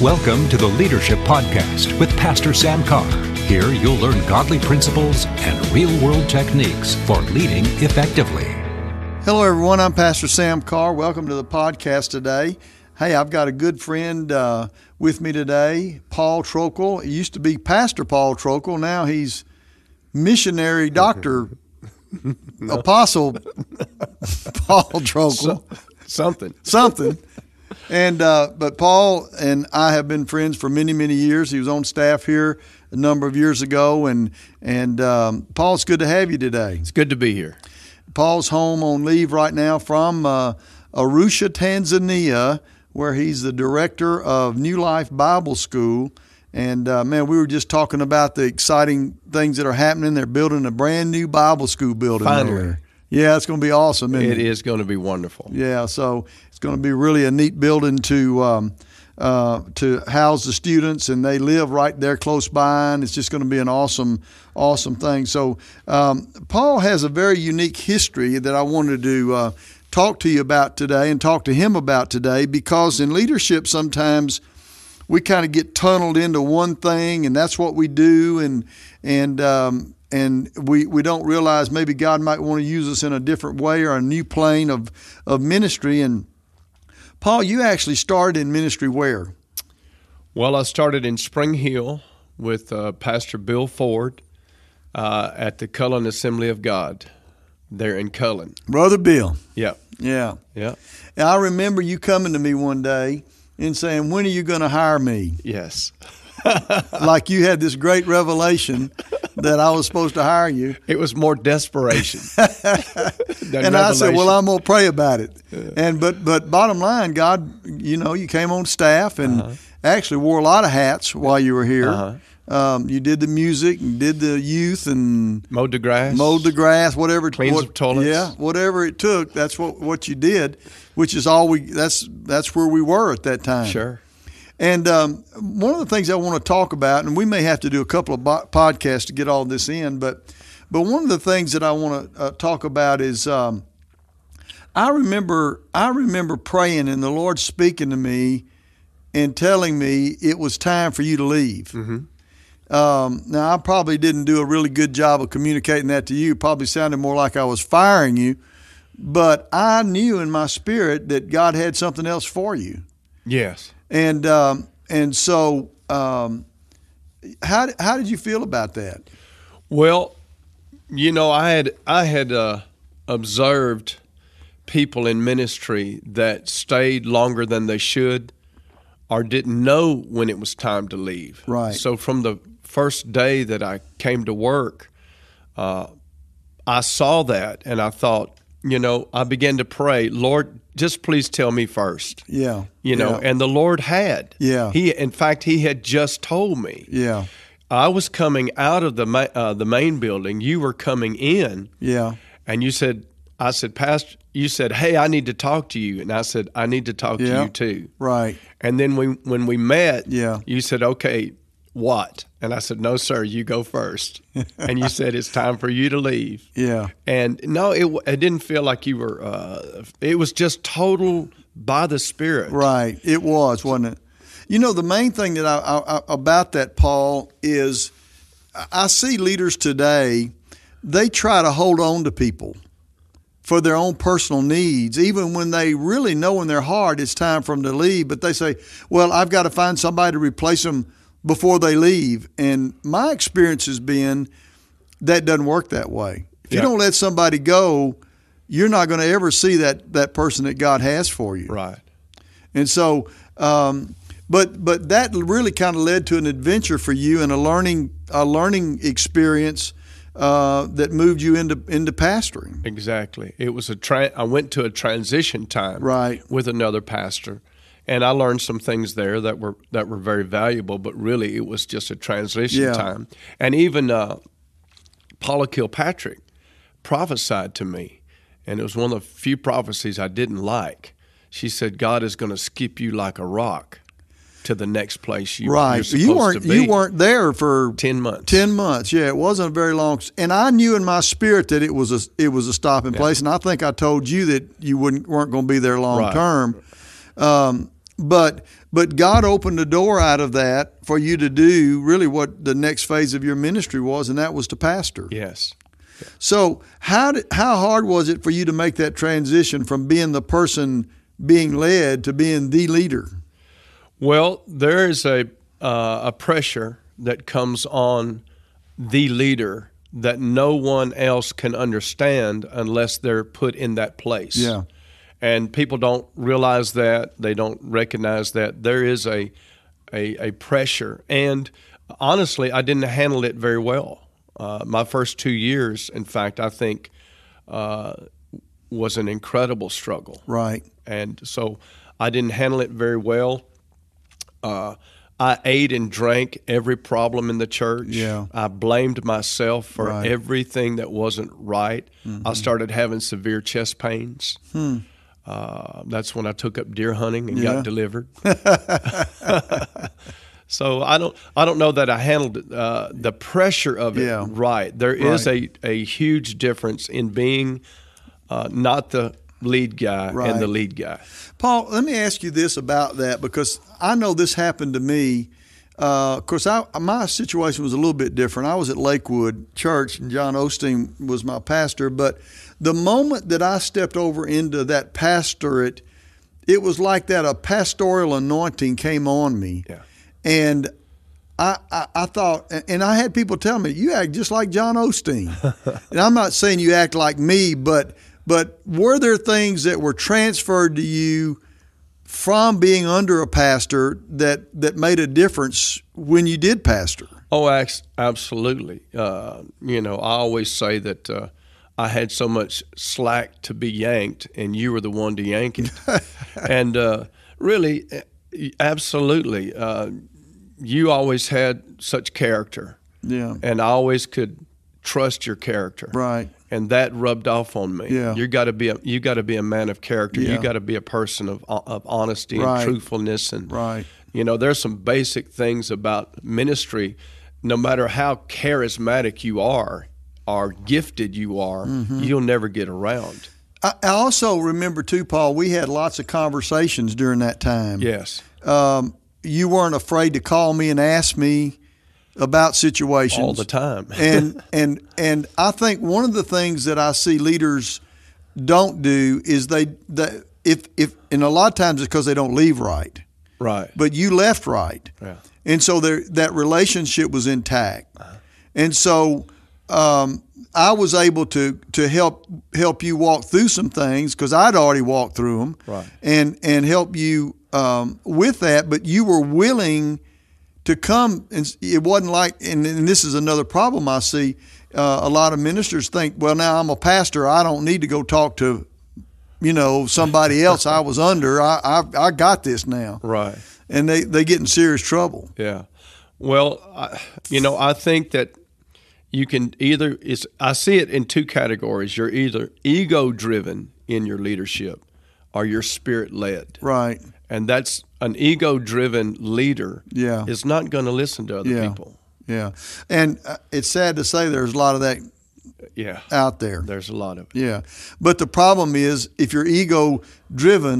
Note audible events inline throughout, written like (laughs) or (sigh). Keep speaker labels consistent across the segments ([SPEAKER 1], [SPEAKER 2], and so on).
[SPEAKER 1] Welcome to the Leadership Podcast with Pastor Sam Carr. Here you'll learn godly principles and real world techniques for leading effectively.
[SPEAKER 2] Hello, everyone. I'm Pastor Sam Carr. Welcome to the podcast today. Hey, I've got a good friend uh, with me today, Paul Trokel. He used to be Pastor Paul Trokel. Now he's missionary doctor, apostle Paul Trokel,
[SPEAKER 3] something.
[SPEAKER 2] something. And uh, but Paul and I have been friends for many many years. He was on staff here a number of years ago, and and um, Paul, it's good to have you today.
[SPEAKER 3] It's good to be here.
[SPEAKER 2] Paul's home on leave right now from uh, Arusha, Tanzania, where he's the director of New Life Bible School. And uh, man, we were just talking about the exciting things that are happening. They're building a brand new Bible school building.
[SPEAKER 3] Finally.
[SPEAKER 2] there. Yeah, it's going to be awesome. Isn't
[SPEAKER 3] It is going to be wonderful.
[SPEAKER 2] yeah, so it's going to be really a neat building to um, uh, to house the students, and they live right there close by, and it's just going to be an awesome, awesome thing. So um, Paul has a very unique history that I wanted to. Uh, Talk to you about today and talk to him about today because in leadership, sometimes we kind of get tunneled into one thing and that's what we do and and um, and we, we don't realize maybe God might want to use us in a different way or a new plane of of ministry and Paul you actually started in ministry where
[SPEAKER 3] Well, I started in Spring Hill with uh, Pastor Bill Ford uh, at the Cullen Assembly of God there in Cullen.
[SPEAKER 2] brother Bill
[SPEAKER 3] Yeah,
[SPEAKER 2] yeah
[SPEAKER 3] yeah,
[SPEAKER 2] and I remember you coming to me one day and saying when are you going to hire me (laughs)
[SPEAKER 3] yes.
[SPEAKER 2] like you had this great revelation that I was supposed to hire you
[SPEAKER 3] It was more
[SPEAKER 2] (laughs)
[SPEAKER 3] desperation.
[SPEAKER 2] and I said, "Well, I'm gonna pray about it." And but but bottom line, God, you know, you came on staff and actually wore a lot of hats while you were here. Um, you did the music and did the youth and
[SPEAKER 3] mowed the grass.
[SPEAKER 2] mowed the grass, whatever.
[SPEAKER 3] Cleans
[SPEAKER 2] what-
[SPEAKER 3] the toilets.
[SPEAKER 2] Yeah, whatever it took. That's what what you did, which is all we. That's that's where we were at that time.
[SPEAKER 3] Sure.
[SPEAKER 2] And um, one of the things I want to talk about, and we may have to do a couple of bo- podcasts to get all this in, but but one of the things that I want to uh, talk about is um, I remember I remember praying and the Lord speaking to me and telling me it was time for you to leave. Um, now I probably didn't do a really good job of communicating that to you. Probably sounded more like I was firing you, but I knew in my spirit that God had something else for you
[SPEAKER 3] Yes.
[SPEAKER 2] and um, and so um, how how did you feel about that?
[SPEAKER 3] Well, you know, I had I had uh, observed people in ministry that stayed longer than they should, or didn't know when it was time to leave.
[SPEAKER 2] Right.
[SPEAKER 3] So from the first day that I came to work, uh, I saw that, and I thought, you know, I began to pray, Lord, just please tell me first.
[SPEAKER 2] Yeah,
[SPEAKER 3] You know,
[SPEAKER 2] yeah,
[SPEAKER 3] and the Lord had.
[SPEAKER 2] Yeah.
[SPEAKER 3] He, in fact, he had just told me.
[SPEAKER 2] yeah,
[SPEAKER 3] I was coming out of the ma- uh, the main building. You were coming in,
[SPEAKER 2] yeah,
[SPEAKER 3] and you said, "I said, Pastor." You said, "Hey, I need to talk to you," and I said, "I need to talk
[SPEAKER 2] Yeah.
[SPEAKER 3] to you too."
[SPEAKER 2] right,
[SPEAKER 3] And then we, when we met,
[SPEAKER 2] Yeah.
[SPEAKER 3] you said, "Okay, what?" And I said, "No, sir, you go
[SPEAKER 2] (laughs)
[SPEAKER 3] first. and you said, "It's time for you to leave."
[SPEAKER 2] yeah,
[SPEAKER 3] And no, it, w- it didn't feel like you were. Uh, it was just total by the Spirit.
[SPEAKER 2] right. It was, wasn't it? You know, the main thing that I, I, I about that Paul is I- I see leaders today they try to hold on to people for their own personal needs, even when they really know in their heart it's time for them to leave. But they say, well, I've got to find somebody to replace them before they leave. And my experience has been that doesn't work that way. If
[SPEAKER 3] Yeah.
[SPEAKER 2] you don't let somebody go, you're not going to ever see that, that person that God has for you.
[SPEAKER 3] Right.
[SPEAKER 2] And so, um, but but that really kind of led to an adventure for you and a learning a learning experience uh, that moved you into into pastoring.
[SPEAKER 3] Exactly. It was a tra- I went to a transition time
[SPEAKER 2] Right.
[SPEAKER 3] with another pastor and I learned some things there that were that were very valuable, but really it was just a transition
[SPEAKER 2] Yeah.
[SPEAKER 3] time. And even uh, Paula Kilpatrick prophesied to me, and it was one of the few prophecies I didn't like. She said, "God is going to skip you like a rock to the next place you
[SPEAKER 2] Right.
[SPEAKER 3] You're
[SPEAKER 2] You
[SPEAKER 3] supposed
[SPEAKER 2] weren't
[SPEAKER 3] to be."
[SPEAKER 2] you weren't there for
[SPEAKER 3] ten months.
[SPEAKER 2] ten months. Yeah, it wasn't a very long. And I knew in my spirit that it was a it was a stopping place. And I think I told you that you wouldn't weren't going to be there long
[SPEAKER 3] Right.
[SPEAKER 2] term. Um, But but God opened the door out of that for you to do really what the next phase of your ministry was, and that was to pastor.
[SPEAKER 3] Yes.
[SPEAKER 2] So how did, how hard was it for you to make that transition from being the person being led to being the leader?
[SPEAKER 3] Well, there is a uh, a pressure that comes on the leader that no one else can understand unless they're put in that place.
[SPEAKER 2] Yeah.
[SPEAKER 3] And people don't realize that, they don't recognize that there is a a, a pressure. And honestly, I didn't handle it very well. Uh, my first two years, in fact, I think uh, was an incredible struggle.
[SPEAKER 2] Right.
[SPEAKER 3] And so I didn't handle it very well. Uh, I ate and drank every problem in the church.
[SPEAKER 2] Yeah.
[SPEAKER 3] I blamed myself for
[SPEAKER 2] Right. Mm-hmm.
[SPEAKER 3] everything that wasn't right. I started having severe chest pains. Uh, that's when I took up deer hunting and
[SPEAKER 2] Hmm. Yeah.
[SPEAKER 3] got
[SPEAKER 2] (laughs)
[SPEAKER 3] delivered. (laughs) so I don't, I don't know that I handled uh, the pressure of it
[SPEAKER 2] Yeah.
[SPEAKER 3] right. There is a, a huge difference in being uh, not the lead guy and
[SPEAKER 2] Right.
[SPEAKER 3] the lead guy.
[SPEAKER 2] Paul, let me ask you this about that because I know this happened to me. Uh, of course, I, my situation was a little bit different. I was at Lakewood Church, and John Osteen was my pastor. But the moment that I stepped over into that pastorate, it was like that a pastoral anointing came on me.
[SPEAKER 3] Yeah.
[SPEAKER 2] And I, I, I thought, and I had people tell me, you act just like John Osteen. and I'm not saying you act like me, but but were there things that were transferred to you from being under a pastor that that made a difference when you did pastor?
[SPEAKER 3] Oh, ax- absolutely. Uh, you know, I always say that uh, I had so much slack to be yanked, and you were the one to
[SPEAKER 2] (laughs)
[SPEAKER 3] yank it. and uh, really, eh, absolutely, uh, you always had such character,
[SPEAKER 2] Yeah.
[SPEAKER 3] and I always could trust your character.
[SPEAKER 2] Right.
[SPEAKER 3] And that rubbed off on me.
[SPEAKER 2] Yeah.
[SPEAKER 3] You got to be a you got to be a man of character.
[SPEAKER 2] Yeah.
[SPEAKER 3] You got to be a person of of honesty
[SPEAKER 2] Right.
[SPEAKER 3] and truthfulness and
[SPEAKER 2] Right.
[SPEAKER 3] you know, there's some basic things about ministry. No matter how charismatic you are, or gifted you are,
[SPEAKER 2] Mm-hmm.
[SPEAKER 3] you'll never get around.
[SPEAKER 2] I, I also remember too, Paul, we had lots of conversations during that time.
[SPEAKER 3] Yes.
[SPEAKER 2] Um, you weren't afraid to call me and ask me about situations
[SPEAKER 3] All the time. (laughs)
[SPEAKER 2] and and and I think one of the things that I see leaders don't do is they, they if if and a lot of times it's because they don't leave right,
[SPEAKER 3] right.
[SPEAKER 2] but you left right,
[SPEAKER 3] Yeah.
[SPEAKER 2] and so there that relationship was intact, and so um, I was able to to help help you walk through some things because I'd already walked through them,
[SPEAKER 3] Right.
[SPEAKER 2] and and help you um, with that, but you were willing to come and it wasn't like and, and this is another problem i see uh, a lot of ministers think well now i'm a pastor i don't need to go talk to you know somebody else i was under I, I i got this now
[SPEAKER 3] right.
[SPEAKER 2] and they they get in serious trouble
[SPEAKER 3] Yeah. Well, I, you know, I think that you can either it's I see it in two categories. You're either ego driven in your leadership or you're spirit led.
[SPEAKER 2] right
[SPEAKER 3] And that's an ego driven leader
[SPEAKER 2] Yeah.
[SPEAKER 3] is not going to listen to other
[SPEAKER 2] Yeah.
[SPEAKER 3] people.
[SPEAKER 2] yeah and uh, it's sad to say there's a lot of that
[SPEAKER 3] Yeah.
[SPEAKER 2] out there
[SPEAKER 3] There's a lot of
[SPEAKER 2] (laughs)
[SPEAKER 3] it.
[SPEAKER 2] yeah but the problem is if you're ego driven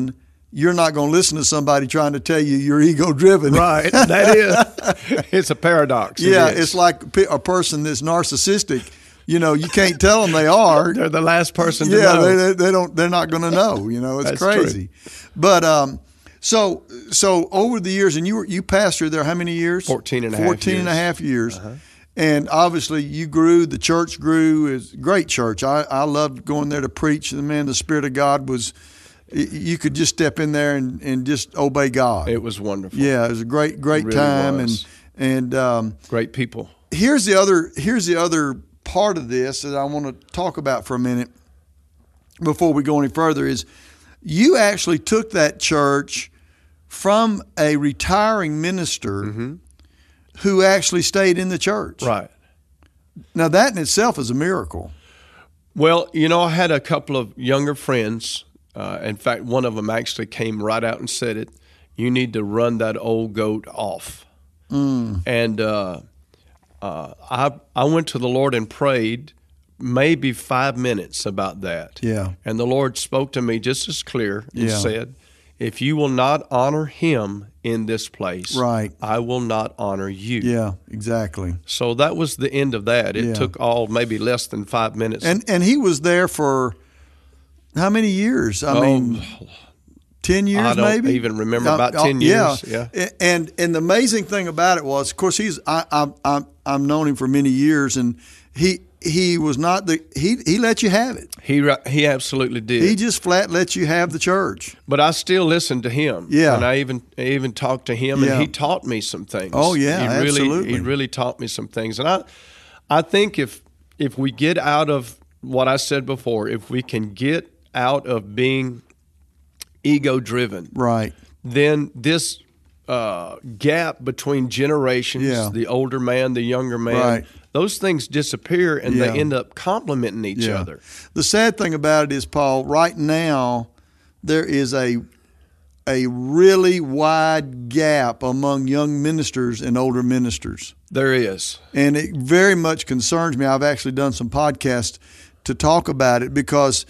[SPEAKER 2] you're not going to listen to somebody trying to tell you you're ego driven
[SPEAKER 3] Right. That is. (laughs) It's a paradox. It
[SPEAKER 2] (laughs) Yeah,
[SPEAKER 3] is.
[SPEAKER 2] it's like pe- a person that's narcissistic. You know, you can't tell them they are.
[SPEAKER 3] (laughs) they're the last person to
[SPEAKER 2] yeah,
[SPEAKER 3] know.
[SPEAKER 2] they, they, they don't. They're not going to know. You know, it's
[SPEAKER 3] (laughs) That's true.
[SPEAKER 2] crazy. But um, so so over the years, and you were you pastored there how many years?
[SPEAKER 3] 14 and a half Uh-huh.
[SPEAKER 2] 14 and a half years. And obviously, you grew. The church grew. It's a great church. I, I loved going there to preach. And man, the Spirit of God was. y- You could just step in there and, and just obey God.
[SPEAKER 3] it was wonderful.
[SPEAKER 2] yeah, it was a great great
[SPEAKER 3] really
[SPEAKER 2] time
[SPEAKER 3] was.
[SPEAKER 2] and and um,
[SPEAKER 3] Great people.
[SPEAKER 2] here's the other here's the other part of this that I want to talk about for a minute before we go any further is you actually took that church from a retiring minister who actually stayed in the church.
[SPEAKER 3] Right.
[SPEAKER 2] Now that in itself is a miracle.
[SPEAKER 3] Well, you know, I had a couple of younger friends. Uh, in fact, one of them actually came right out and said it. You need to run that old goat off.
[SPEAKER 2] Mm.
[SPEAKER 3] And uh, uh, I I went to the Lord and prayed maybe five minutes about that.
[SPEAKER 2] Yeah.
[SPEAKER 3] And the Lord spoke to me just as clear and
[SPEAKER 2] Yeah.
[SPEAKER 3] said, If you will not honor him in this place,
[SPEAKER 2] Right.
[SPEAKER 3] I will not honor you.
[SPEAKER 2] Yeah, exactly.
[SPEAKER 3] So that was the end of that. It
[SPEAKER 2] Yeah.
[SPEAKER 3] took all maybe less than five minutes.
[SPEAKER 2] And and he was there for how many years? I
[SPEAKER 3] Oh,
[SPEAKER 2] mean, ten years
[SPEAKER 3] I don't
[SPEAKER 2] maybe.
[SPEAKER 3] even remember.
[SPEAKER 2] Uh,
[SPEAKER 3] About
[SPEAKER 2] uh,
[SPEAKER 3] 10
[SPEAKER 2] yeah.
[SPEAKER 3] years, yeah.
[SPEAKER 2] A- And and the amazing thing about it was, of course, he's I I I'm, I'm known him for many years, and he he was not the he he let you have it.
[SPEAKER 3] he ri- he absolutely did.
[SPEAKER 2] He just flat let you have the church.
[SPEAKER 3] But I still listened to him.
[SPEAKER 2] Yeah.
[SPEAKER 3] And I even I even talked to him
[SPEAKER 2] Yeah.
[SPEAKER 3] and he taught me some things.
[SPEAKER 2] Oh, yeah,
[SPEAKER 3] He really
[SPEAKER 2] absolutely.
[SPEAKER 3] he really taught me some things. And I I think if if we get out of what I said before, if we can get out of being ego driven,
[SPEAKER 2] Right.
[SPEAKER 3] then this uh, gap between generations,
[SPEAKER 2] Yeah.
[SPEAKER 3] the older man, the younger man,
[SPEAKER 2] Right.
[SPEAKER 3] those things disappear and
[SPEAKER 2] Yeah.
[SPEAKER 3] they end up complementing each other.
[SPEAKER 2] The sad thing about it is, Paul, right now there is a a really wide gap among young ministers and older ministers.
[SPEAKER 3] There is.
[SPEAKER 2] And it very much concerns me. I've actually done some podcasts to talk about it because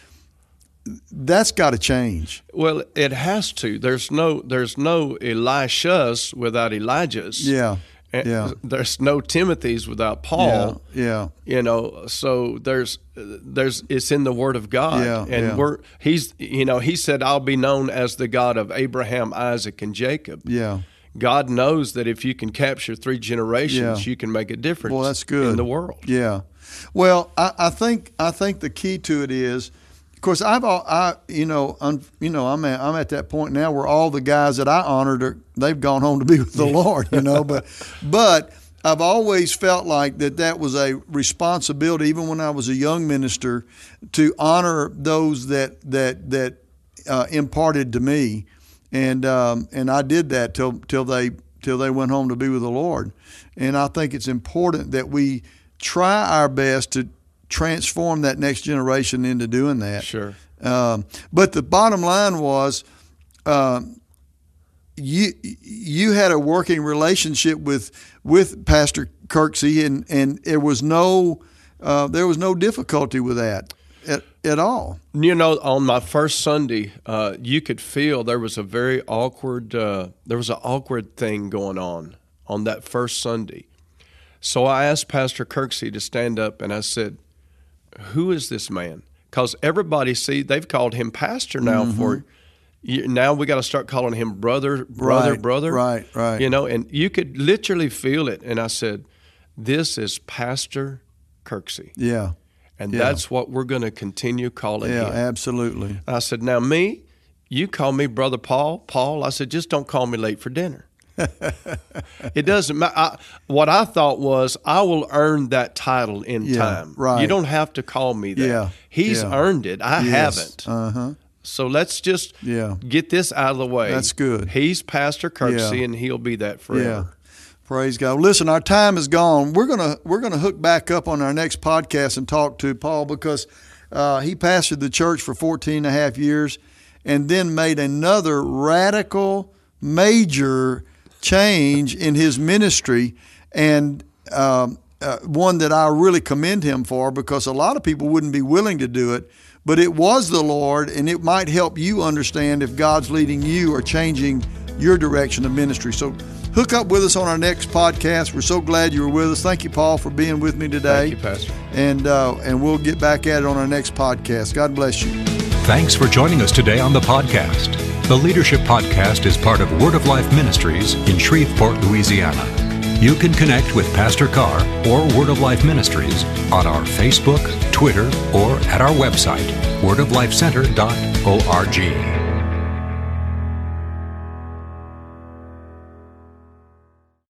[SPEAKER 2] that's got to change.
[SPEAKER 3] Well, it has to. There's no there's no Elishas without Elijahs.
[SPEAKER 2] Yeah.
[SPEAKER 3] And
[SPEAKER 2] Yeah.
[SPEAKER 3] There's no Timothy's without Paul.
[SPEAKER 2] Yeah.
[SPEAKER 3] You know, so there's there's it's in the Word of God,
[SPEAKER 2] Yeah,
[SPEAKER 3] and
[SPEAKER 2] yeah.
[SPEAKER 3] we're he's you know he said I'll be known as the God of Abraham, Isaac, and Jacob.
[SPEAKER 2] Yeah.
[SPEAKER 3] God knows that if you can capture three generations,
[SPEAKER 2] Yeah.
[SPEAKER 3] you can make a difference.
[SPEAKER 2] Well, that's good
[SPEAKER 3] in the world.
[SPEAKER 2] Yeah. Well, I, I think I think the key to it is, of course, I've all, I you know un, you know I'm at, I'm at that point now where all the guys that I honored are they've gone home to be with the Lord, you know.
[SPEAKER 3] (laughs)
[SPEAKER 2] But but I've always felt like that that was a responsibility, even when I was a young minister, to honor those that that that uh, imparted to me, and um, and I did that till till they till they went home to be with the Lord. And I think it's important that we try our best to transform that next generation into doing that.
[SPEAKER 3] Sure.
[SPEAKER 2] Um, but the bottom line was, um, you you had a working relationship with with Pastor Kirksey, and and there was no uh, there was no difficulty with that at, at all.
[SPEAKER 3] You know, on my first Sunday, uh, you could feel there was a very awkward. Uh, there was an awkward thing going on on that first Sunday. So I asked Pastor Kirksey to stand up, and I said, "Who is this man?" Because everybody see they've called him pastor now
[SPEAKER 2] Mm-hmm.
[SPEAKER 3] for. You, now we got to start calling him brother, brother,
[SPEAKER 2] Right,
[SPEAKER 3] brother.
[SPEAKER 2] right, right.
[SPEAKER 3] You know, and you could literally feel it. And I said, "This is Pastor Kirksey."
[SPEAKER 2] Yeah,
[SPEAKER 3] And
[SPEAKER 2] Yeah.
[SPEAKER 3] that's what we're going to continue calling
[SPEAKER 2] yeah,
[SPEAKER 3] him.
[SPEAKER 2] absolutely.
[SPEAKER 3] I said, Now, me, you call me Brother Paul. Paul, I said, just don't call me late for
[SPEAKER 2] (laughs)
[SPEAKER 3] dinner. it doesn't matter. What I thought was, I will earn that title in
[SPEAKER 2] Yeah,
[SPEAKER 3] time.
[SPEAKER 2] right.
[SPEAKER 3] You don't have to call me that.
[SPEAKER 2] Yeah,
[SPEAKER 3] He's
[SPEAKER 2] yeah.
[SPEAKER 3] earned it. I haven't.
[SPEAKER 2] Uh huh.
[SPEAKER 3] So let's just
[SPEAKER 2] Yeah.
[SPEAKER 3] get this out of the way.
[SPEAKER 2] That's good.
[SPEAKER 3] He's Pastor Kirksey,
[SPEAKER 2] Yeah.
[SPEAKER 3] and he'll be that forever.
[SPEAKER 2] Praise God. Listen, our time is gone. We're gonna we're gonna hook back up on our next podcast and talk to Paul because uh, he pastored the church for 14 and a half years and then made another radical major change in his ministry and um, uh, one that I really commend him for because a lot of people wouldn't be willing to do it, but it was the Lord and it might help you understand if God's leading you or changing your direction of ministry. So hook up with us on our next podcast. We're so glad you were with us. Thank you, Paul, for being with me today.
[SPEAKER 3] Thank you, Pastor.
[SPEAKER 2] And, uh, and we'll get back at it on our next podcast. God bless you.
[SPEAKER 1] Thanks for joining us today on the podcast. The Leadership Podcast is part of Word of Life Ministries in Shreveport, Louisiana. You can connect with Pastor Carr or Word of Life Ministries on our Facebook, Twitter, or at our website, wordoflifecenter.org.